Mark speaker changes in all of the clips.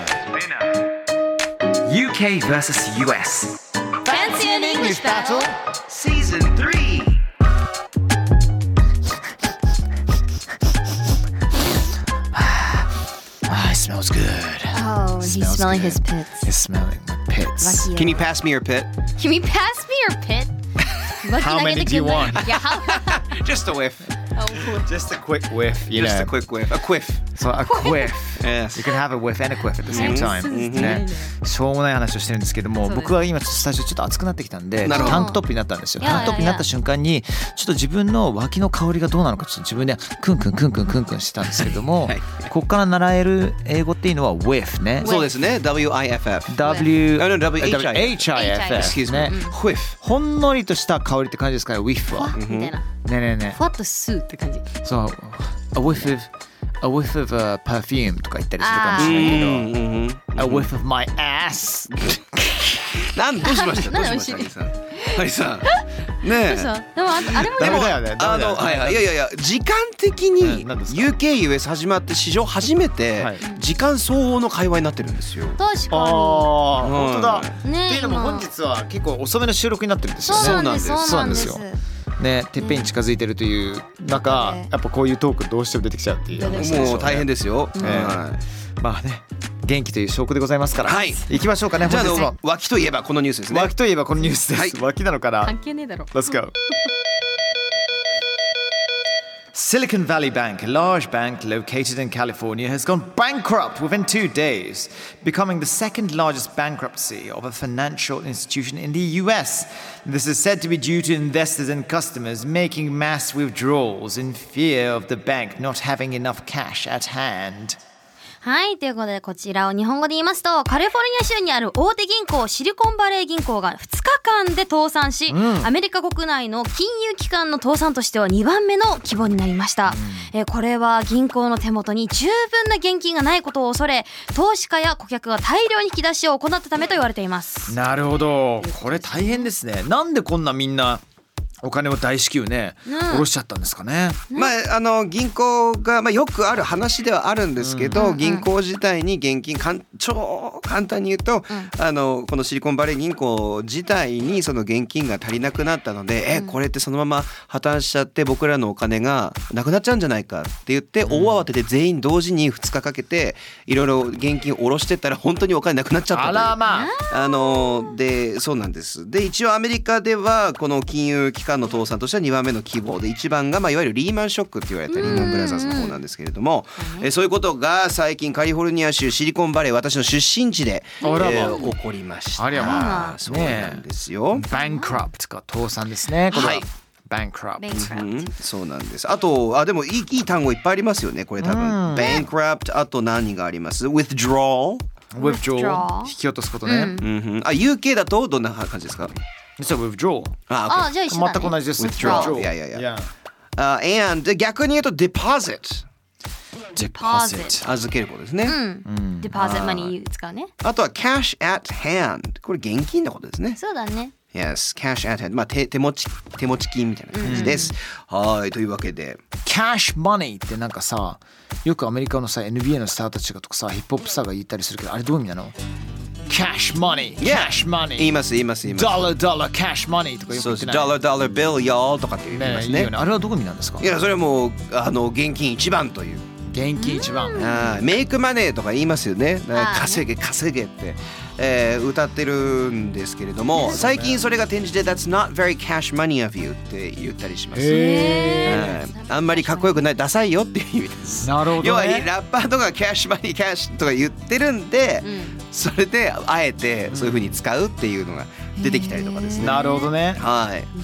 Speaker 1: Spinner.
Speaker 2: UK versus US.
Speaker 3: Fancy an English battle
Speaker 2: Season 3.
Speaker 1: Ah, it smells good.
Speaker 3: Oh
Speaker 1: Smells smelling good. his
Speaker 3: pits
Speaker 1: It's smelling like pits.
Speaker 2: Can you pass me your pit?
Speaker 4: Can we pass me your pit?
Speaker 1: How many do you want?
Speaker 4: Yeah, how?
Speaker 2: Just a whiff.
Speaker 4: oh,
Speaker 1: Just a quick whiff, you
Speaker 2: Just
Speaker 1: know.
Speaker 2: a quick whiff. A quiff.
Speaker 1: So a quiff.
Speaker 2: Yes.
Speaker 1: You can have a whiff and a quiff at the same time. ね、しょうもない話をしてるんですけども、
Speaker 4: そうです
Speaker 1: 僕は今ちょっとスタジオちょっと暑くなってきたんで、ちょ
Speaker 2: な
Speaker 1: っ
Speaker 2: る
Speaker 1: と
Speaker 2: ほど
Speaker 1: タンクトップになったんですよ。
Speaker 4: いやいや
Speaker 1: タンクトップになった瞬間に、ちょっと自分の脇の香りがどうなのか、ちょっと自分でクンクンクンクンクンクンしてたんですけども、
Speaker 2: はい
Speaker 1: ここから習える英語っていうのは whiff ね。
Speaker 2: そうですね。WIFF。
Speaker 1: W
Speaker 2: Oh, no, W-
Speaker 1: W-
Speaker 2: HIF
Speaker 1: HIFF
Speaker 2: Excuse
Speaker 1: ね
Speaker 2: me.。Whiff.
Speaker 1: ほんのりとした香りって感じですかね、whiff は。ねえねえねえ。
Speaker 4: みたいな。ふわっと吸うって感じ。
Speaker 1: そう、a whiff of a whiff of a perfume とか言ったりするかもしれないけど、a whiff of my ass
Speaker 2: なんどうしましたどう
Speaker 4: なん
Speaker 2: し
Speaker 4: で
Speaker 2: ましたハリーさん。ハリーさん。ねえ。
Speaker 4: そう。でもあ、あれもね、
Speaker 1: ダメだよね。ダ
Speaker 2: あ
Speaker 1: メだ
Speaker 2: の
Speaker 1: よね
Speaker 2: はいはいいやいやいや時間的
Speaker 1: う
Speaker 2: に
Speaker 1: ん何ですか
Speaker 2: UKUS 始まって史上初めて
Speaker 1: はい
Speaker 2: 時間相応の会話になってるんですよ。
Speaker 4: 確かに。
Speaker 1: ああ、
Speaker 2: うん
Speaker 1: 本当だ。
Speaker 4: ね
Speaker 1: っていうのも
Speaker 4: 今
Speaker 1: 本日は結構遅めの収録になってるんですよね。
Speaker 4: そうなんです、
Speaker 1: そうなんです。
Speaker 4: そうなんです。
Speaker 1: ね、てっぺんに近づいてるという中、
Speaker 4: ね
Speaker 1: やっぱこういうトークどうしても出てきちゃうっていう話ですよね。
Speaker 2: もう大変ですよ。
Speaker 1: ん
Speaker 2: は
Speaker 1: まあね、元気という証拠でございますから。
Speaker 2: はい
Speaker 1: 行きましょうかね。
Speaker 2: いじゃああ
Speaker 1: 本日
Speaker 2: の
Speaker 1: も
Speaker 2: 脇といえばこのニュースですね。
Speaker 1: 脇といえばこのニュースです。
Speaker 2: はい
Speaker 1: 脇なのかな。
Speaker 4: 関係ねえだろ。
Speaker 1: Let's go. Silicon Valley Bank, a large bank located in California, has gone bankrupt within two days, becoming the second largest bankruptcy of a financial institution in the US. This is said to be due to investors and customers making mass withdrawals in fear of the bank not having enough cash at hand.
Speaker 4: はい。ということで、こちらを日本語で言いますと、カリフォルニア州にある大手銀行、シリコンバレー銀行が2日間で倒産し、アメリカ国内の金融機関の倒産としては2番目の規模になりました。えーこれは銀行の手元に十分な現金がないことを恐れ、投資家や顧客が大量に引き出しを行ったためと言われています。
Speaker 1: なるほどこれ大変ですねなんでこんなみんなお金を大至急ね
Speaker 4: ね
Speaker 1: 下ろしちゃったんですかね
Speaker 2: まあ、あの銀行が、まあ、よくある話ではあるんですけど、銀行自体に現金かん超簡単に言うと、あのこのシリコンバレー銀行自体にその現金が足りなくなったので、えこれってそのまま破綻しちゃって僕らのお金がなくなっちゃうんじゃないかって言って大慌てで全員同時に2日かけていろいろ現金を下ろしてったら本当にお金なくなっちゃったという
Speaker 1: まあ
Speaker 2: あのでそうなんですで一応アメリカではこの金融機関の倒産としては2番目の希望で一番が、まあ、いわゆるリーマンショックって言われたリーマンブラザーズの方なんですけれどもえーそういうことが最近カリフォルニア州シリコンバレー私の出身地で、え
Speaker 1: あらま
Speaker 2: ー起こりました
Speaker 1: ありゃまあ
Speaker 2: そうなんですよ、
Speaker 1: バンクラプトか倒産ですね。これは
Speaker 2: はい
Speaker 1: バンクラプト。
Speaker 2: うん、そうなんですあとあでもいいいい単語いっぱいありますよねこれ多分、bankrupt あと何があります withdrawal、
Speaker 1: withdraw
Speaker 4: withdraw
Speaker 1: 引き落とすことね。
Speaker 2: うんうん、あ UK だとどんな感じですか
Speaker 1: 実は withdraw
Speaker 2: あ、
Speaker 4: あ、じゃあ一緒だ、ね。
Speaker 1: 全く同じです。
Speaker 2: Withdraw
Speaker 1: withdraw
Speaker 2: いやいやい
Speaker 1: Yeah
Speaker 2: や OK あ and 逆に言うと deposit
Speaker 4: Deposit
Speaker 2: 預けることですね、
Speaker 4: デパーゼマニー使うね。
Speaker 2: あとは cash at hand これ現金のことですね
Speaker 4: そうだね。
Speaker 2: Yes cash at hand まあ手手持ち手持ち金みたいな感じです、はいというわけで
Speaker 1: cash money ってなんかさ、よくアメリカのさ NBA のスターたちがとかさ、ヒップホップスターが言ったりするけど、あれどういう意味なの？cash money、
Speaker 2: Yeah
Speaker 1: cash
Speaker 2: 言
Speaker 1: money、
Speaker 2: います言います言います
Speaker 1: dollar dollar cash money とかよく
Speaker 2: そう
Speaker 1: 言って
Speaker 2: です dollar
Speaker 1: ない。
Speaker 2: dollar bill y'all とかって言いま
Speaker 1: ね
Speaker 2: す
Speaker 1: いい
Speaker 2: ね
Speaker 1: よね。あれはどういう意味なんですか
Speaker 2: い？やそれはもうあの現金一番という
Speaker 1: 現金一番。
Speaker 2: はいメイクマネーとか言いますよねだから稼げ稼げって、えー歌ってるんですけれども最近 それが転じて「That's not very cash money of you」って言ったりします、はいあんまりかっこよくないダサいよっていう意味です
Speaker 1: なるほ
Speaker 2: 要
Speaker 1: ど
Speaker 2: は
Speaker 1: ね。
Speaker 2: ラッパーとかキャッシュマニーキャッシュとか言ってるんで、それであえてそういうふうに使うっていうのが出てきたりとかですね。
Speaker 1: なるほどね。
Speaker 2: はい。
Speaker 1: ま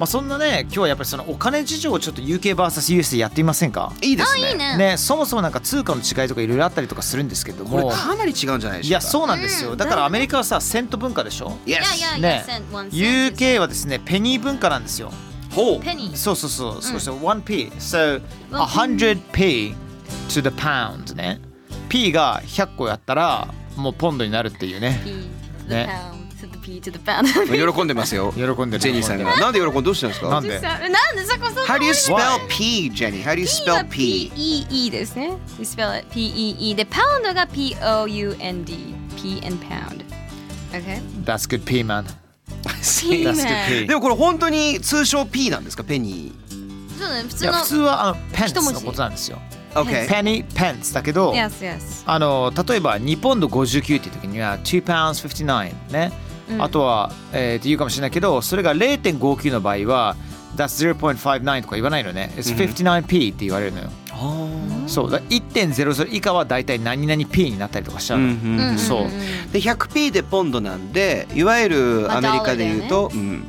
Speaker 1: あ、そんなね今日はやっぱりそのお金事情をちょっと UKVSUS でやってみませんか
Speaker 2: いいです
Speaker 4: あいい
Speaker 2: ね。
Speaker 4: ね
Speaker 1: ね、そもそもなんか通貨の違いとかいろいろあったりとかするんですけど
Speaker 2: これ
Speaker 1: も
Speaker 2: かなり違うんじゃない
Speaker 1: い
Speaker 2: でしょう
Speaker 1: や
Speaker 2: か。
Speaker 1: そうなんですよ、
Speaker 4: うん
Speaker 1: だからアメリカはさセント文化でしょ
Speaker 2: Yes
Speaker 4: いやいや
Speaker 1: ね
Speaker 4: cent one cent
Speaker 1: UK はですねペニー文化なんですよ
Speaker 2: ほう。
Speaker 4: penny
Speaker 1: そうそうそう、そうそう 1p so
Speaker 4: 1p
Speaker 1: 100p to the pound ね p が100個やったらもうポンドになるっていうね
Speaker 4: p to the
Speaker 1: ね
Speaker 4: pound to the p to the pound
Speaker 2: 喜んでます よ。
Speaker 1: 喜んでる
Speaker 2: ジェニーさんが。なんで喜んでどうしたんです
Speaker 1: な
Speaker 2: か
Speaker 1: んで
Speaker 4: なんでそこそこ
Speaker 2: ?How do you
Speaker 1: Why?
Speaker 2: spell P, Jenny? How do you spell P?
Speaker 4: PEE ですね。We spell it PEE で、パウンドが POUND。P and pound。Okay?
Speaker 1: That's good p man
Speaker 4: P
Speaker 1: That's
Speaker 4: man
Speaker 1: good
Speaker 2: で
Speaker 1: p
Speaker 2: もこれ本当に通称 P なんですかペニ
Speaker 4: そうだね、
Speaker 1: い
Speaker 4: 普通
Speaker 1: や
Speaker 4: の。
Speaker 1: 普通はあのペン
Speaker 4: 一
Speaker 1: ス
Speaker 4: 文
Speaker 1: の
Speaker 4: 字
Speaker 1: ことなんですよ
Speaker 2: ー。OK。
Speaker 1: ペニーペンスだけど
Speaker 4: Yes, yes.
Speaker 1: あの例えば2ポンド59っていう時には2 pounds 59ね、
Speaker 4: うん
Speaker 1: あとは、えーって言うかもしれないけどそれが0.59の場合は That's 0.59とか言わないのね It's 59p って言われるのよ、そうだ1.00以下はだいたい何々 p になったりとかしちゃう
Speaker 2: う
Speaker 1: の、
Speaker 2: んうん
Speaker 4: んんん
Speaker 1: そう
Speaker 2: で 100P でポンドなんでいわゆる
Speaker 4: まあ
Speaker 2: アメリカで言うと、うん、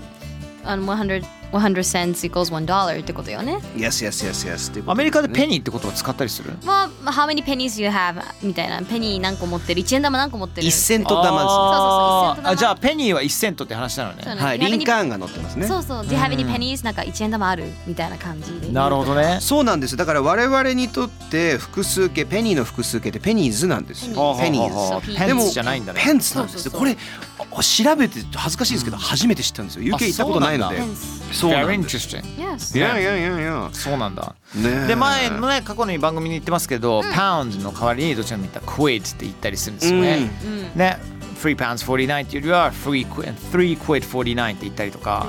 Speaker 4: あの、100 100 cents equals one dollar ってことよね。
Speaker 2: Yes yes yes yes っていうこと
Speaker 1: アメリカでペ
Speaker 2: ニ
Speaker 1: ニーってことを使ったりする
Speaker 4: まあ、how many pennies you have? みたいな。ペニー何個持ってる ?1 円玉何個持ってる
Speaker 2: 1セント玉
Speaker 4: そうそうそう一セントだな
Speaker 1: あじゃあペニーは1セントって話なのね
Speaker 2: で
Speaker 4: そうね
Speaker 2: すはい
Speaker 4: Do you have any-
Speaker 2: リンカーンが乗ってますね
Speaker 4: そうそう。Do you have any pennies? なんか1円玉あるみたいな感じで。
Speaker 1: なるほどね
Speaker 2: そうなんですだから我々にとって複数形ペニーの複数形ってペニーズなんですよ
Speaker 1: ペ
Speaker 2: ペ
Speaker 1: ニ
Speaker 2: ニ
Speaker 1: ーズ
Speaker 2: ーズ
Speaker 4: そうそう
Speaker 1: ペ
Speaker 2: で
Speaker 1: ン
Speaker 2: も
Speaker 1: スじゃないんだね
Speaker 2: ペンツなんですよ
Speaker 4: そうそうそう
Speaker 2: これあ調べて恥ずかしいですけど初めて知ったんですよ
Speaker 1: あ
Speaker 2: UK 行ったことないので
Speaker 1: そう
Speaker 4: な
Speaker 2: そうな
Speaker 4: んだ
Speaker 2: ん
Speaker 1: Very
Speaker 2: です
Speaker 1: interesting
Speaker 4: Yes.
Speaker 2: いやいやいやいや
Speaker 1: そうなんだ
Speaker 2: ねえ
Speaker 1: で前のね過去に番組に言ってますけど、パウンドの代わりにどちらも言ったら quid って言ったりするんですよね、ね3 pounds 49っていうよりは3 quid, 3 quid 49って言ったりとか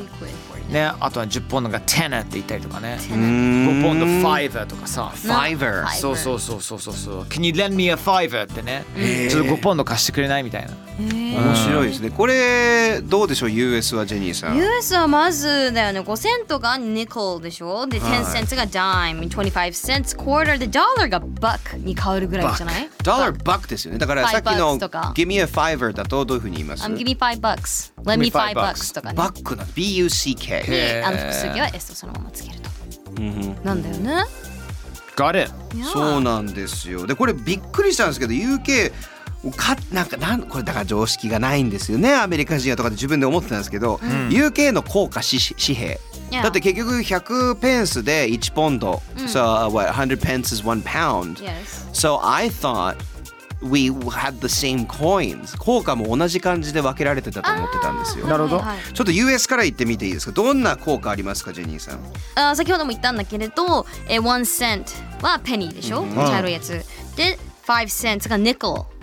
Speaker 1: ねあとは10ポンドが10って言ったりとかね5ポンド5とかさ
Speaker 2: ファイバー
Speaker 4: はい
Speaker 1: そうそうそうそうそうそう Can you lend me a fiver ってねちょっと5ポンド貸してくれないみたいな
Speaker 2: 面白いですねこれどうでしょう US はジェニーさん
Speaker 4: US はまずだよね5セントがニコルでしょで
Speaker 2: はい
Speaker 4: 10セントが dime25 セント quarter で dollar が buck に変わるぐらいじゃない
Speaker 2: ドラバックですよねだからさっき
Speaker 4: Five bucks
Speaker 2: の
Speaker 4: とか
Speaker 2: Give me a fiver だとどういうふうに言います
Speaker 4: I'm give me five bucks let me five bucks とかね
Speaker 2: バックな BUCK
Speaker 4: であの複数形は S をそのままつけるとなんだよね
Speaker 1: Got it
Speaker 2: そうなんですよでこれびっくりしたんですけど UK かなんかなんこれだから常識がないんですよねアメリカ人はとかって自分で思ってたんですけど、UK の硬貨紙紙幣
Speaker 4: Yeah
Speaker 2: だって結局100ペンスで1ポンド、so what 100 pence is 1 pound、
Speaker 4: Yes
Speaker 2: so I thought we had the same coins 硬貨も同じ感じで分けられてたと思ってたんですよ
Speaker 1: なるほど
Speaker 4: はいはい
Speaker 2: ちょっと US から言ってみていいですかどんな効果ありますかジェニーさん
Speaker 4: あー先ほども言ったんだけれど、えー、1 cent はペニーでしょ、茶色いやつで5 cents がニコル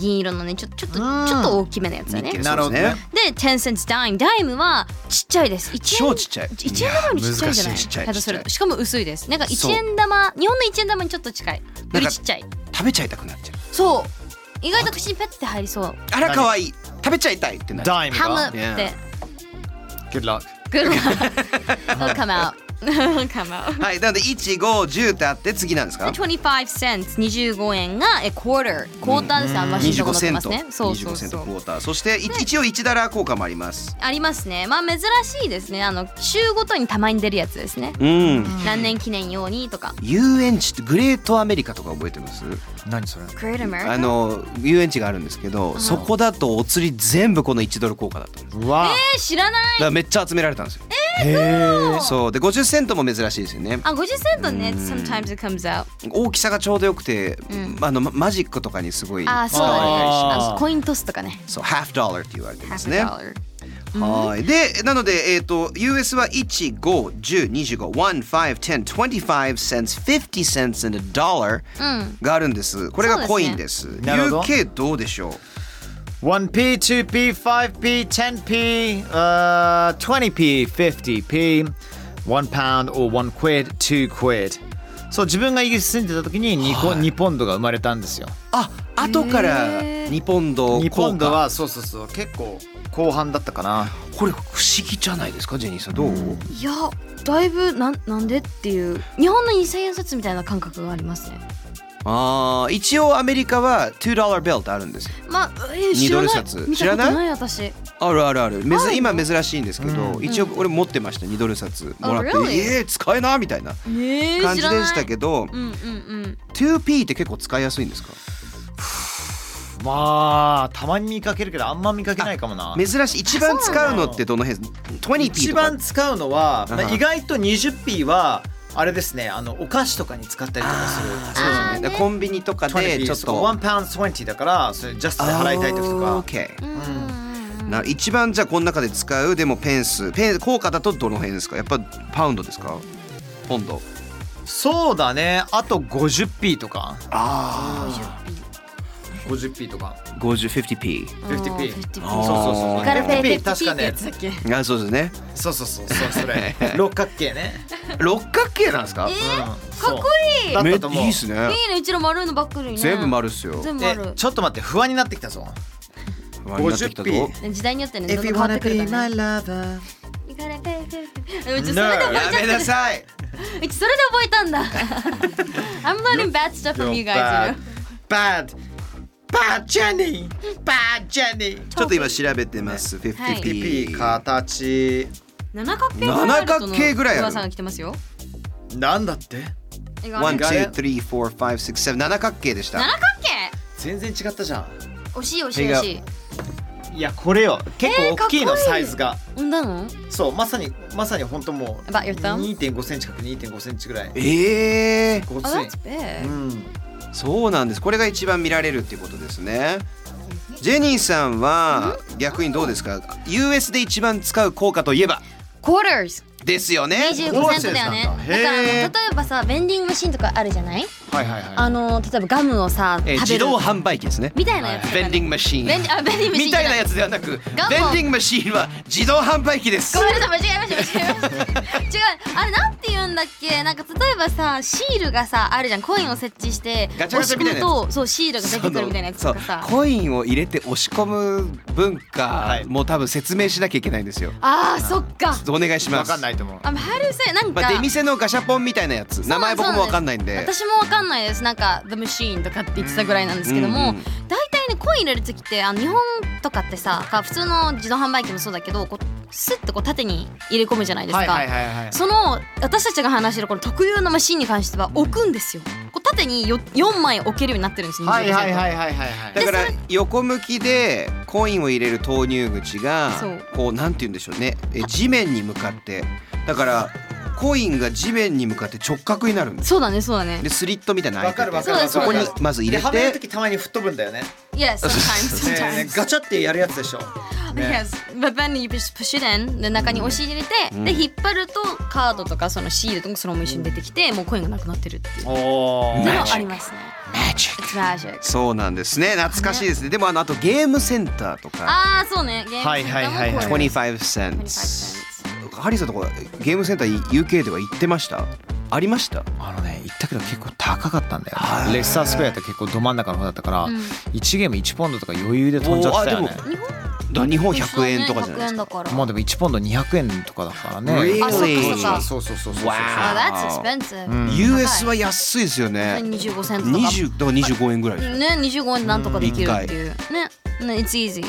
Speaker 4: 銀色のねちょちょっと、ちょっと大きめのやつだ
Speaker 2: ニ
Speaker 4: ね
Speaker 2: ッケル
Speaker 1: なるほどね
Speaker 2: そうです
Speaker 4: で10 cents ダイムダイムはちっちゃいです1円
Speaker 2: 超ちっちゃい
Speaker 4: 1円玉よりちっちゃいじゃない
Speaker 2: いや難しいちっちゃい
Speaker 4: だとする
Speaker 2: ちっちゃい
Speaker 4: しかも薄いですなんか1
Speaker 2: そう
Speaker 4: 円玉日本の1円玉にちょっと近いよりちっちゃい
Speaker 2: 食べちゃいたくなっちゃう
Speaker 4: そう意外と口にペッて入りそう
Speaker 2: あら可愛い食べちゃいたいってなる
Speaker 1: Dime
Speaker 4: ハムっ
Speaker 1: が
Speaker 4: て
Speaker 2: Yeah
Speaker 1: Good luck
Speaker 4: グルマ will come out will come out
Speaker 2: はい、なので1、5、10ってあって次なんですか
Speaker 4: 25 cents 25円がえ quarter クォーターですね、あんましいとこ
Speaker 2: 25
Speaker 4: 載
Speaker 2: セ
Speaker 4: って
Speaker 2: ン
Speaker 4: ます
Speaker 2: ト、
Speaker 4: ねそうそ
Speaker 2: 25
Speaker 4: う
Speaker 2: セン
Speaker 4: そ
Speaker 2: トク
Speaker 4: う
Speaker 2: ォーター。そしてい一応1ダラ効果もあります。
Speaker 4: ありますねまあ珍しいですねあの週ごとにたまに出るやつですね
Speaker 2: うん。
Speaker 4: 何年記念用にとか
Speaker 2: 遊園地ってグレートアメリカとか覚えてます
Speaker 1: 何それ
Speaker 4: Great America
Speaker 2: あの遊園地があるんですけど、そこだとお釣り全部この1ドル効果だったんですだか
Speaker 1: うわ
Speaker 4: えー知らない
Speaker 2: らめっちゃ集められたんですよ、
Speaker 1: へえ
Speaker 2: そうで50セントも珍しいですよね
Speaker 4: あ50セントね sometimes it comes out
Speaker 2: 大きさがちょうどよくて、あのママジックとかにすごい使わ
Speaker 4: あ
Speaker 2: れ
Speaker 4: そうだ
Speaker 2: たりし
Speaker 4: ね
Speaker 1: あー
Speaker 4: あのコイントスとかね
Speaker 2: そう、half dollar って言われてます
Speaker 4: half
Speaker 2: ね
Speaker 4: a。dollar
Speaker 2: はい。で、なので、えっ、と、US は1、5、10、25、1、5、10、25 cents、50 cents and a dollar があるんです。これがコインです。
Speaker 1: なるほど
Speaker 2: UK どうでしょう
Speaker 1: 1p, 2p, 5p, 10p, uh, 20p, 50p, 1 pound or 1 quid, 2 quid. そう自分がイギリスに住んでた時に 2, 個、2ポンドが生まれたんですよ。
Speaker 2: あ、後から2ポンド
Speaker 1: 2ポンド
Speaker 2: 効
Speaker 1: はそうそうそう結構後半だったかな。
Speaker 2: 果これ不思議じゃないですか、ジェニーさん。どう、
Speaker 4: いやだいぶなんなんでっていう日本の二千円札みたいな感覚がありますね
Speaker 2: ああ一応アメリカは2 bill ってあるんですよ
Speaker 4: まあ、えー、
Speaker 2: 二
Speaker 4: 知ら
Speaker 2: ド
Speaker 4: な
Speaker 2: ル
Speaker 4: い
Speaker 2: 札
Speaker 4: 見たこと
Speaker 2: 知ら
Speaker 4: な
Speaker 2: ない
Speaker 4: 私
Speaker 2: あるあるあるめず
Speaker 4: あるの
Speaker 2: 今珍しいんですけど、一応俺持ってました2ドル札もらって「
Speaker 4: really？
Speaker 2: えー、使えな」みたいな
Speaker 4: えー、
Speaker 2: 感じ
Speaker 4: 知らない
Speaker 2: でしたけど、
Speaker 4: うんうんうん
Speaker 2: 2P って結構使いやすいんですか
Speaker 1: まあたまに見かけるけどあんま見かけないかもな
Speaker 2: 珍しい一番使うのってどの辺 20P
Speaker 1: 一
Speaker 2: とか
Speaker 1: 番使うのは、まあ
Speaker 2: うん
Speaker 1: 意外と 20P はあれですねあのお菓子とかに使ったりとかする
Speaker 2: そうですねだからコンビニとかで
Speaker 1: 20P
Speaker 2: ち
Speaker 1: ち
Speaker 2: ょ
Speaker 1: ょ
Speaker 2: っ
Speaker 1: っ
Speaker 2: と
Speaker 1: と1 20だからそれジャストで払いたい時と
Speaker 2: あー
Speaker 1: か
Speaker 2: OK
Speaker 4: うんうんうん
Speaker 2: な一番じゃあこの中で使うでもペンスペン効果だとどの辺ですかやっぱパウンドですかポンド
Speaker 1: そうだねあと 50P とか
Speaker 2: あ
Speaker 1: 50P とか
Speaker 2: あ 5050P
Speaker 1: 50P そう
Speaker 4: 50P
Speaker 1: そうそう
Speaker 4: カカルフェレ
Speaker 1: 50P
Speaker 4: テッ
Speaker 1: 確
Speaker 4: ピー
Speaker 1: か
Speaker 4: ってや
Speaker 1: ね
Speaker 4: つだっけえ
Speaker 2: あそうですね
Speaker 1: そうそうそうそうそ れ六角形ね
Speaker 2: 六角形なんですか
Speaker 1: うん
Speaker 4: ー、
Speaker 1: そう
Speaker 4: かっこいい
Speaker 1: だ
Speaker 2: め
Speaker 1: っ
Speaker 2: っ
Speaker 1: と
Speaker 2: たちゃ
Speaker 1: 思う
Speaker 2: いいっすね
Speaker 4: いいねうちら丸いのばっかりね
Speaker 2: 全部丸っすよ
Speaker 4: 全部
Speaker 1: え
Speaker 4: 丸
Speaker 1: ちょっと待って不安になってきたぞ
Speaker 2: 割り当てきたぞ
Speaker 1: 50P
Speaker 4: 時代によってねど
Speaker 1: If
Speaker 4: ん
Speaker 1: you
Speaker 4: どん変わって
Speaker 1: wanna
Speaker 4: くる
Speaker 1: be
Speaker 4: から
Speaker 1: my
Speaker 4: ね
Speaker 1: lover
Speaker 4: いかれてうちそれで覚えちゃっ
Speaker 2: やめなさい
Speaker 4: たうちそれで覚えたんだ I'm learning bad stuff from you guys
Speaker 1: bad bad bad Jenny bad Jenny
Speaker 2: ちょっと今調べてます
Speaker 4: はい
Speaker 2: 50P
Speaker 1: PP 形
Speaker 4: 七角形ぐらいあるとの
Speaker 2: 七角形ぐらいある
Speaker 4: 噂が来てますよ
Speaker 1: なんだって
Speaker 4: 笑顔
Speaker 2: ワ
Speaker 4: で
Speaker 2: ンツースリーフォーファイブシックスセブン七角形でした
Speaker 4: 七角
Speaker 1: 全然違ったじゃん
Speaker 4: 形惜しい惜しい惜しい
Speaker 1: いやこれよ結
Speaker 4: え
Speaker 1: 構
Speaker 4: ーか
Speaker 1: 大
Speaker 4: っこいい
Speaker 1: きいのサイズが
Speaker 4: 産んだの
Speaker 1: そうまさにまさに本当もう
Speaker 4: About your thumb?
Speaker 1: 2.5センチ角2.5センチぐらい
Speaker 2: ええ
Speaker 1: ごつ
Speaker 4: あ、
Speaker 1: い
Speaker 4: that's big
Speaker 1: うん
Speaker 2: そうなんですこれが一番見られるっていうことですねジェニーさんは逆にどうですか US で一番使う効果といえば
Speaker 4: quarters
Speaker 2: ですよね
Speaker 4: 25セントだよね
Speaker 1: コ
Speaker 4: だ
Speaker 1: ー
Speaker 4: か
Speaker 1: セー
Speaker 4: らあの
Speaker 1: へ
Speaker 4: 例
Speaker 1: ー
Speaker 4: えばさベンディングマシンとかあるじゃない
Speaker 1: はいはいはい
Speaker 4: あの例えばガムをさ
Speaker 2: えー
Speaker 4: 食べ
Speaker 2: 自
Speaker 4: る
Speaker 2: 動販売機ですね
Speaker 4: みたいなやつとかね
Speaker 2: ベンディングマシーン
Speaker 4: ベンディあベンディングマシーン
Speaker 2: みたいなやつではなくベンデ
Speaker 4: ガムを
Speaker 2: ィングマシーンは自動販売機です
Speaker 4: ごめんなさい間違えました間違えました違うあれなんて言うんだっけなんか例えばさシールがさあるじゃんコインを設置して
Speaker 2: ガチャガチャみたいなやつ
Speaker 4: 押し込むとそうシールが出てくるみたいなやつとかさ
Speaker 2: そうコインを入れて押し込む文
Speaker 1: は
Speaker 2: 化
Speaker 1: い
Speaker 2: も多分説明しなきゃいけないんですよ
Speaker 4: あーそっか
Speaker 2: ちょっとお願いします
Speaker 1: わかんないと思う
Speaker 4: あのハルセなん
Speaker 2: まあ、出
Speaker 4: か
Speaker 2: 店のガシャポンみたいなやつ名前僕もわかんないんで
Speaker 4: 私もわかんないですなんか「The Machine」とかって言ってたぐらいなんですけども
Speaker 2: うんうん
Speaker 4: 大体ねコイン入れる時ってあの日本とかってさか普通の自動販売機もそうだけどこうスッとこう縦に入れ込むじゃないですか。
Speaker 1: はいはいはいはい
Speaker 4: その私たちが話してるこの特有のマシンに関しては置くんですよ。こう縦によ4枚置けるようになってるんですよ。
Speaker 1: はいはいは
Speaker 4: 25
Speaker 1: いはいはいはい
Speaker 2: だから横向きでコインを入れる投入口が
Speaker 4: そう
Speaker 2: こうなんて言うんでしょうねえ地面に向かってだからコインが地面に向かって直角になるんです
Speaker 4: そうだねそうだね
Speaker 2: で。スリットみたいなの
Speaker 1: わか
Speaker 2: 開い
Speaker 1: る
Speaker 2: て
Speaker 1: わかる
Speaker 4: そう
Speaker 1: わか
Speaker 4: で
Speaker 1: る
Speaker 4: す
Speaker 2: こ
Speaker 4: そうです
Speaker 2: こにまず入れて
Speaker 1: ではめる時たまに吹っ飛ぶんだよね
Speaker 4: Yes, sometimes,
Speaker 1: ね
Speaker 4: sometimes.
Speaker 1: ガチャってやるやつでしょ
Speaker 4: Yes, but then you just push it in で中に押し入れて、で引っ張るとカードとかそのシールとかそのまま一緒に出てきて、もうコインがなくなってるっていう。
Speaker 1: おー
Speaker 4: でもありますね。It's magic.
Speaker 2: そうなんですね懐かしいですねでもあのあとゲームセンターとか
Speaker 4: ああそうね。ゲームセンタ
Speaker 1: はいは
Speaker 4: ーも
Speaker 1: いはいはい
Speaker 4: これ
Speaker 2: 25セン
Speaker 4: 25
Speaker 2: ツ
Speaker 4: cents
Speaker 2: ハリーさんとかゲームセンター UK では行ってましたありました
Speaker 1: あのね行ったけど結構高かったんだよ、ね、レッサースクエアって結構ど真ん中の方だったから、1ゲーム1ポンドとか余裕で飛んじゃってたよね
Speaker 2: おーあでだ日本100円とかじゃないですか
Speaker 4: 100円だから。
Speaker 1: まあでも1ポンド200円とかだからね、
Speaker 2: Really？
Speaker 4: あそっかそっか
Speaker 1: そうそうそうそうそう
Speaker 4: Oh,
Speaker 2: Wow
Speaker 4: that's expensive.
Speaker 1: ん
Speaker 2: US は安いですよね
Speaker 4: 25セントとか。
Speaker 2: 20だから25円ぐらいでしょ
Speaker 4: ね、25円でなんとかできるっていう。ね、ね、it's easy.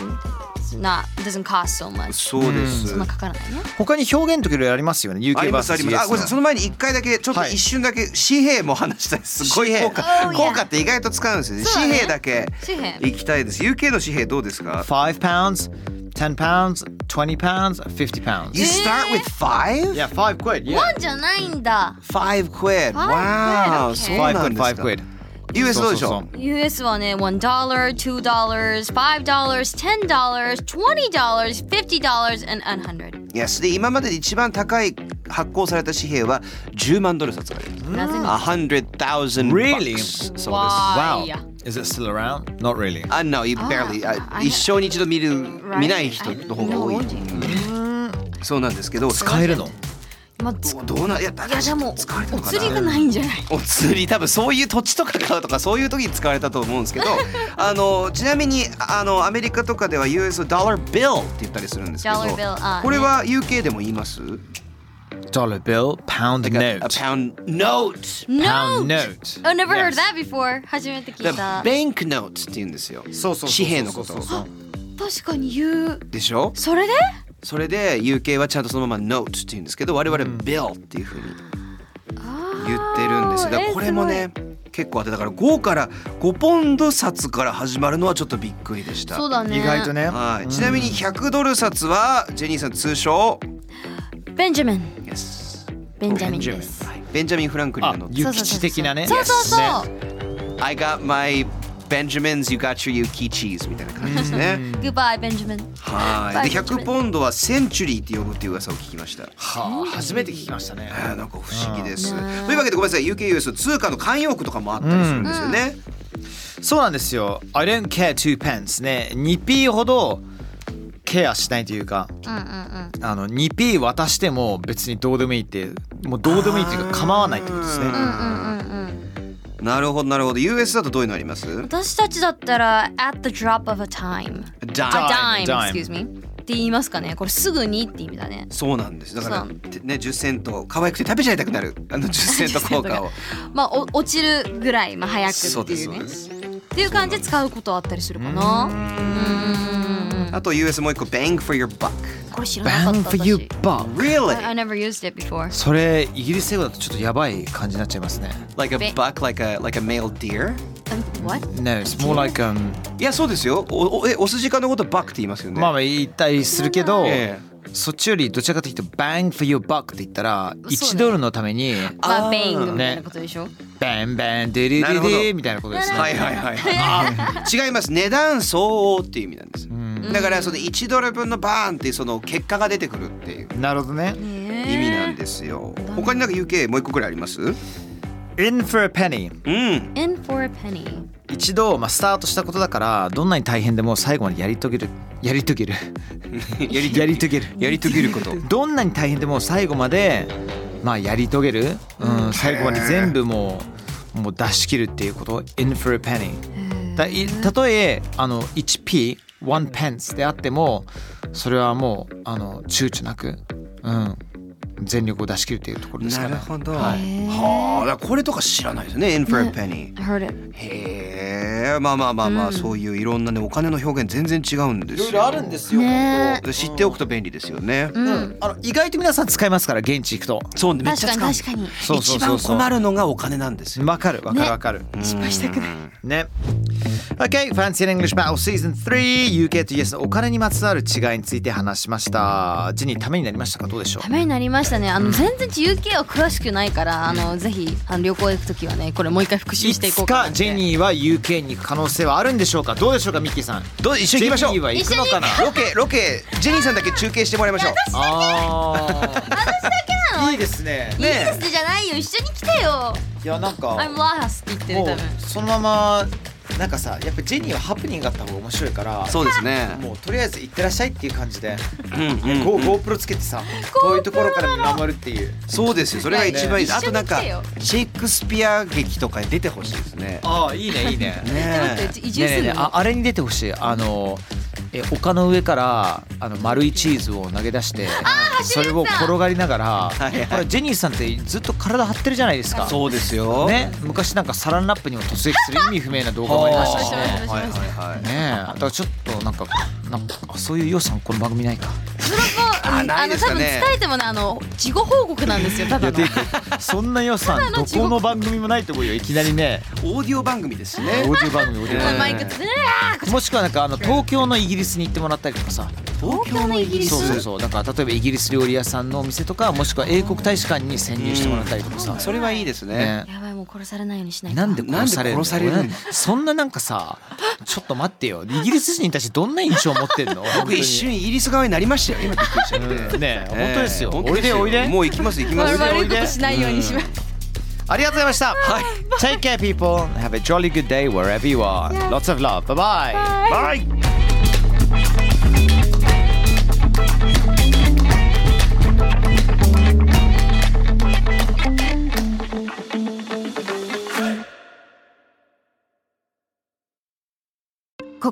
Speaker 4: It's not, doesn't cost so much.
Speaker 2: そうです。
Speaker 4: そんなかからないね。
Speaker 1: 他に表現とかいろいろありますよね UK バース GS
Speaker 2: あ、ごめんなさい。その前に一回だけちょっと
Speaker 1: はい
Speaker 2: 一瞬だけ紙幣も話したいです。すごい
Speaker 1: 紙幣
Speaker 2: 効果
Speaker 4: Oh, yeah.
Speaker 2: 効果って意外と使うんですよね。
Speaker 4: そうだ
Speaker 2: 紙
Speaker 4: ね
Speaker 2: 幣だけ
Speaker 4: 紙幣
Speaker 2: 行きたいです。UK の紙幣どうですか？
Speaker 1: 5 pounds 10 pounds 20 pounds 50 pounds
Speaker 2: You start with five?
Speaker 1: yeah 5 quid yeah
Speaker 4: ワンじゃないんだ。
Speaker 2: Five quid.
Speaker 4: Five
Speaker 2: Wow,
Speaker 4: quid, okay.
Speaker 2: そうな
Speaker 1: 5 quid
Speaker 2: んです
Speaker 1: 5
Speaker 2: か。
Speaker 1: quid
Speaker 2: US どうでし
Speaker 1: そ
Speaker 2: ょ
Speaker 1: うそう
Speaker 2: う？
Speaker 4: US はね、1 dollar、2 dollars、5 dollars、10 dollars、20 dollars、50 dollars and 100.
Speaker 2: Yes。で今までで一番高い発行された紙幣は10万ドル札があります。
Speaker 4: なぜ
Speaker 2: あ100,000
Speaker 1: Really？
Speaker 2: bucks。そうです。
Speaker 4: Why?
Speaker 1: wow is it still around not really
Speaker 2: Ah, no, you barely. あ一生に一度見る
Speaker 4: Right?
Speaker 2: 見ない人の方が多い。
Speaker 4: I know.
Speaker 2: そうなんですけど。
Speaker 1: 使えるの
Speaker 4: まあ、つ
Speaker 2: どうどうないや
Speaker 4: いやでも
Speaker 2: 使えた
Speaker 4: お
Speaker 2: のか
Speaker 4: 釣
Speaker 2: な
Speaker 4: りがないんじゃない
Speaker 2: お釣り多分そういう土地とか買うとかそういう時に使われたと思うんで すけどあのちなみにあのアメリカとかでは US ドルビルって言ったりするんですけど
Speaker 4: Dollar bill あー
Speaker 2: これは UK でも言います
Speaker 1: dollar bill, pound
Speaker 2: like a,
Speaker 1: note.
Speaker 2: a pound note.
Speaker 4: No!
Speaker 1: Pound note.
Speaker 4: I never heard
Speaker 1: Yes.
Speaker 4: that before. 初めて聞
Speaker 2: The
Speaker 4: いた。
Speaker 2: bank note って言うんですよ。
Speaker 1: そうそうそうそう
Speaker 2: 紙幣のこと
Speaker 1: そうそうそう
Speaker 4: 確かに言う。
Speaker 2: でしょ
Speaker 4: それで
Speaker 2: それで UK はちゃんとそのまま note って言うんですけど我々 bill っていうふうに言ってるんですよ。だからこれも。
Speaker 4: あーえー
Speaker 2: ね
Speaker 4: す
Speaker 2: 結構あってだから5から5ポンド札から始まるのはちょっとびっくりでし
Speaker 4: ごい
Speaker 2: た。
Speaker 4: そうだね。
Speaker 1: 意外と。ね。
Speaker 2: はい、
Speaker 1: うん
Speaker 2: ちなみに100ドル札はジェニーさん通称
Speaker 4: ベンジャミン。
Speaker 2: Yes
Speaker 4: ベンジャミンです。
Speaker 2: ベンジャミン・フランクリン
Speaker 1: あ
Speaker 2: が乗って
Speaker 4: ゆ
Speaker 1: 諭吉的なね。
Speaker 4: そうそうそう。
Speaker 2: I got my Benjamins, you got your Yukichis みたいな感じですね。
Speaker 4: Goodbye, Benjamin.
Speaker 2: はい。で100ポンドはセンチュリーって呼ぶっていう噂を聞きました。
Speaker 1: はあ、初めて聞きましたね。
Speaker 2: あーなんか不思議です
Speaker 4: ね。
Speaker 2: というわけでごめんなさい UKUS 通貨の慣用句とかもあったりするんですよね。
Speaker 1: そうなんですよ。I don't care two pence ね、2p ほどケアしないというか、
Speaker 4: うんうんうん。
Speaker 1: あの 2p 渡しても別にどうでもいいって、もうどうでもいいというか構わないってことですね。
Speaker 4: うんうんうんうん。
Speaker 2: なるほどなるほど US だとどういうのあります
Speaker 4: 私たちだったら、at the drop of a time。
Speaker 2: ?Dime
Speaker 4: A dime,
Speaker 1: dime
Speaker 4: excuse me. って言いますかね。これすぐにって意味だね。
Speaker 2: そうなんですだから
Speaker 4: そう
Speaker 2: てね10セント可愛くて食べちゃいたくなるあの10セント効果を
Speaker 4: まあ、お落ちるぐらい、まあ、早く
Speaker 2: そう
Speaker 4: って
Speaker 2: で
Speaker 4: い
Speaker 2: す
Speaker 4: う
Speaker 2: そう
Speaker 4: ね
Speaker 2: で。す
Speaker 4: っていう感じで使うことはあったりするかな。うーん。
Speaker 2: あと US もう一個 Bang for your buck
Speaker 4: これ知らなか
Speaker 1: Bang
Speaker 4: った
Speaker 1: for you
Speaker 4: 私。
Speaker 1: buck。
Speaker 2: Really?
Speaker 4: I, I never used it before.
Speaker 1: それイギリス英語だとちょっとやばい感じになっちゃいますね。
Speaker 2: Like a
Speaker 4: Ba-
Speaker 2: buck like a like a male deer?
Speaker 4: Um, What?
Speaker 1: No, it's more like um
Speaker 2: いやそうですよおおえお筋家のことバックって言いますよね
Speaker 1: まあまあ言ったりするけど、
Speaker 2: え
Speaker 1: そっちよりどちらかというと bang for your buck って言ったら1ドルのために
Speaker 4: ま
Speaker 2: あ
Speaker 4: あ、
Speaker 2: ー
Speaker 4: ベイングみたいなことでしょ。
Speaker 1: バンバンデリ
Speaker 2: なる
Speaker 1: リ
Speaker 2: ほど
Speaker 1: リみたいなことですね。
Speaker 2: はいはいはい はいあ違います値段相応っていう意味なんです、だからその1ドル分のバーンっていうその結果が出てくるっていう
Speaker 1: なるほどね。
Speaker 2: 意味なんですよ、他になんか UK もう一個くらいありますうん
Speaker 1: In for a penny。
Speaker 4: In for a penny.
Speaker 1: 一度、まあ、スタートしたことだからどんなに大変でも最後までやり遂げるやり遂げる
Speaker 2: や り
Speaker 1: やり遂げる
Speaker 2: やり遂げること
Speaker 1: どんなに大変でも最後まで、まあ、やり遂げる、うん、最後まで全部もうもう出し切るっていうこと in for a penny だいたとえあの 1p one pence であってもそれはもうあの躊躇なく、うん、全力を出し切るっていうところですか
Speaker 2: な
Speaker 1: ね
Speaker 2: るほど、
Speaker 1: はい
Speaker 2: はあだからこれとか知らないですね in for a penny、
Speaker 4: I heard it.
Speaker 2: へえまあまあまあまあ、そういういろんなねお金の表現全然違うんですよ
Speaker 1: んですよ、
Speaker 2: 知っておくと便利ですよね、
Speaker 1: うんあの意外と皆さん使いますから現地行くと
Speaker 2: そうめっ
Speaker 4: 確
Speaker 2: ちゃ
Speaker 4: か
Speaker 2: 使
Speaker 4: に
Speaker 2: う
Speaker 4: 確かに。
Speaker 1: そうそうそうそう
Speaker 2: 一番困るのがお金なんですよ。
Speaker 1: わかるわかるわかる、
Speaker 4: 失敗したくない。
Speaker 1: ね。Okay, Fancy in English Battle Season 3 UK と US のお金にまつわる違いについて話しました。ジェニーためになりましたかどうでしょ
Speaker 4: た
Speaker 1: う
Speaker 4: めになりましたね。あの全然 UK は詳しくないから、あのぜひあの旅行行くときはね、これもう一回復習
Speaker 1: い
Speaker 4: していこ
Speaker 1: つ
Speaker 4: うか
Speaker 1: か
Speaker 4: な。
Speaker 1: ジェニーは UK に行く可能性はあるんでしょうかどうでしょうかミッキーさん。
Speaker 2: どう一緒に行きましょう
Speaker 1: ジェニーは行くのかな
Speaker 2: ロケロケジェニーさんだけ中継してもらいましょう。
Speaker 1: ああ。いいですね。
Speaker 4: いいですねじゃないよ。一緒に来てよ。
Speaker 1: いやなんか
Speaker 4: I'm lost って言って
Speaker 1: も
Speaker 4: る多分。
Speaker 1: うそのままなんかさやっぱジェニーはハプニングがあった方が面白いから。
Speaker 2: そうですね。
Speaker 1: もうとりあえず行ってらっしゃいっていう感じで、
Speaker 2: うんうん
Speaker 1: Go- GoPro つけてさ遠いところから見守るっていう
Speaker 2: そうですよ。それが一番いい。
Speaker 4: ね
Speaker 2: あとなんか
Speaker 4: 一緒に来て
Speaker 2: シェイクスピア劇とかに出てほしいですね。
Speaker 1: ああいいねいいね
Speaker 4: 待っ
Speaker 2: ね
Speaker 4: て移
Speaker 1: ね
Speaker 4: 住
Speaker 1: えねえね
Speaker 4: する
Speaker 1: え
Speaker 4: の。
Speaker 1: ああれに出てほしいあのえ丘の上からあの丸いチーズを投げ出してそれを転がりながら、
Speaker 2: いはい
Speaker 1: ほらジェニーさんってずっと体張ってるじゃないですか
Speaker 2: そうですよ。
Speaker 1: ね、昔なんかサランラップにも突撃する意味不明な動画もありましたしね
Speaker 4: は
Speaker 2: はいはいはい。
Speaker 1: ねえだからちょっとなんかなんかあそういう要素もこの番組ないか
Speaker 4: あ
Speaker 2: な
Speaker 4: あ
Speaker 2: い
Speaker 4: の
Speaker 2: です
Speaker 4: 多
Speaker 2: か
Speaker 4: 分
Speaker 2: ね
Speaker 4: 伝えてもねあの事後報告なんですよ。ただの。
Speaker 1: そんな要素さんどこの番組もないと思うよいきなりね
Speaker 2: オーディオ番組ですし
Speaker 1: オー
Speaker 2: ね。
Speaker 1: ディオ番組オーディオ
Speaker 4: マ
Speaker 1: 番
Speaker 4: イク
Speaker 1: 組
Speaker 4: つね。
Speaker 1: もしくはなんかあの東京のイギリスに行ってもらったりとかさ
Speaker 2: 東京のイギ
Speaker 1: そうそうそうだから例えばイギリス料理屋さんのお店とかもしくは英国大使館に潜入してもらったりとかさ、
Speaker 2: それはいいですね。
Speaker 1: ね、
Speaker 4: やばいもう殺されないようにしないと。
Speaker 1: なんで殺されるの
Speaker 2: なんで殺されるの
Speaker 1: 俺そんななんかさちょっと待ってよイギリス人に対してどんな印象を持ってるの本当
Speaker 2: 僕
Speaker 1: に
Speaker 2: 一瞬イギリス側になりましたよ。今びっくりしちゃって。
Speaker 1: うんねえ本当ですよ
Speaker 2: ええ
Speaker 1: おいでおいで
Speaker 2: もう行きます行きます。
Speaker 4: 悪いことしないようにします。
Speaker 1: ありがとうございました、Take care people have a jolly good day wherever you are lots of love bye bye, bye.
Speaker 2: はい。
Speaker 3: こ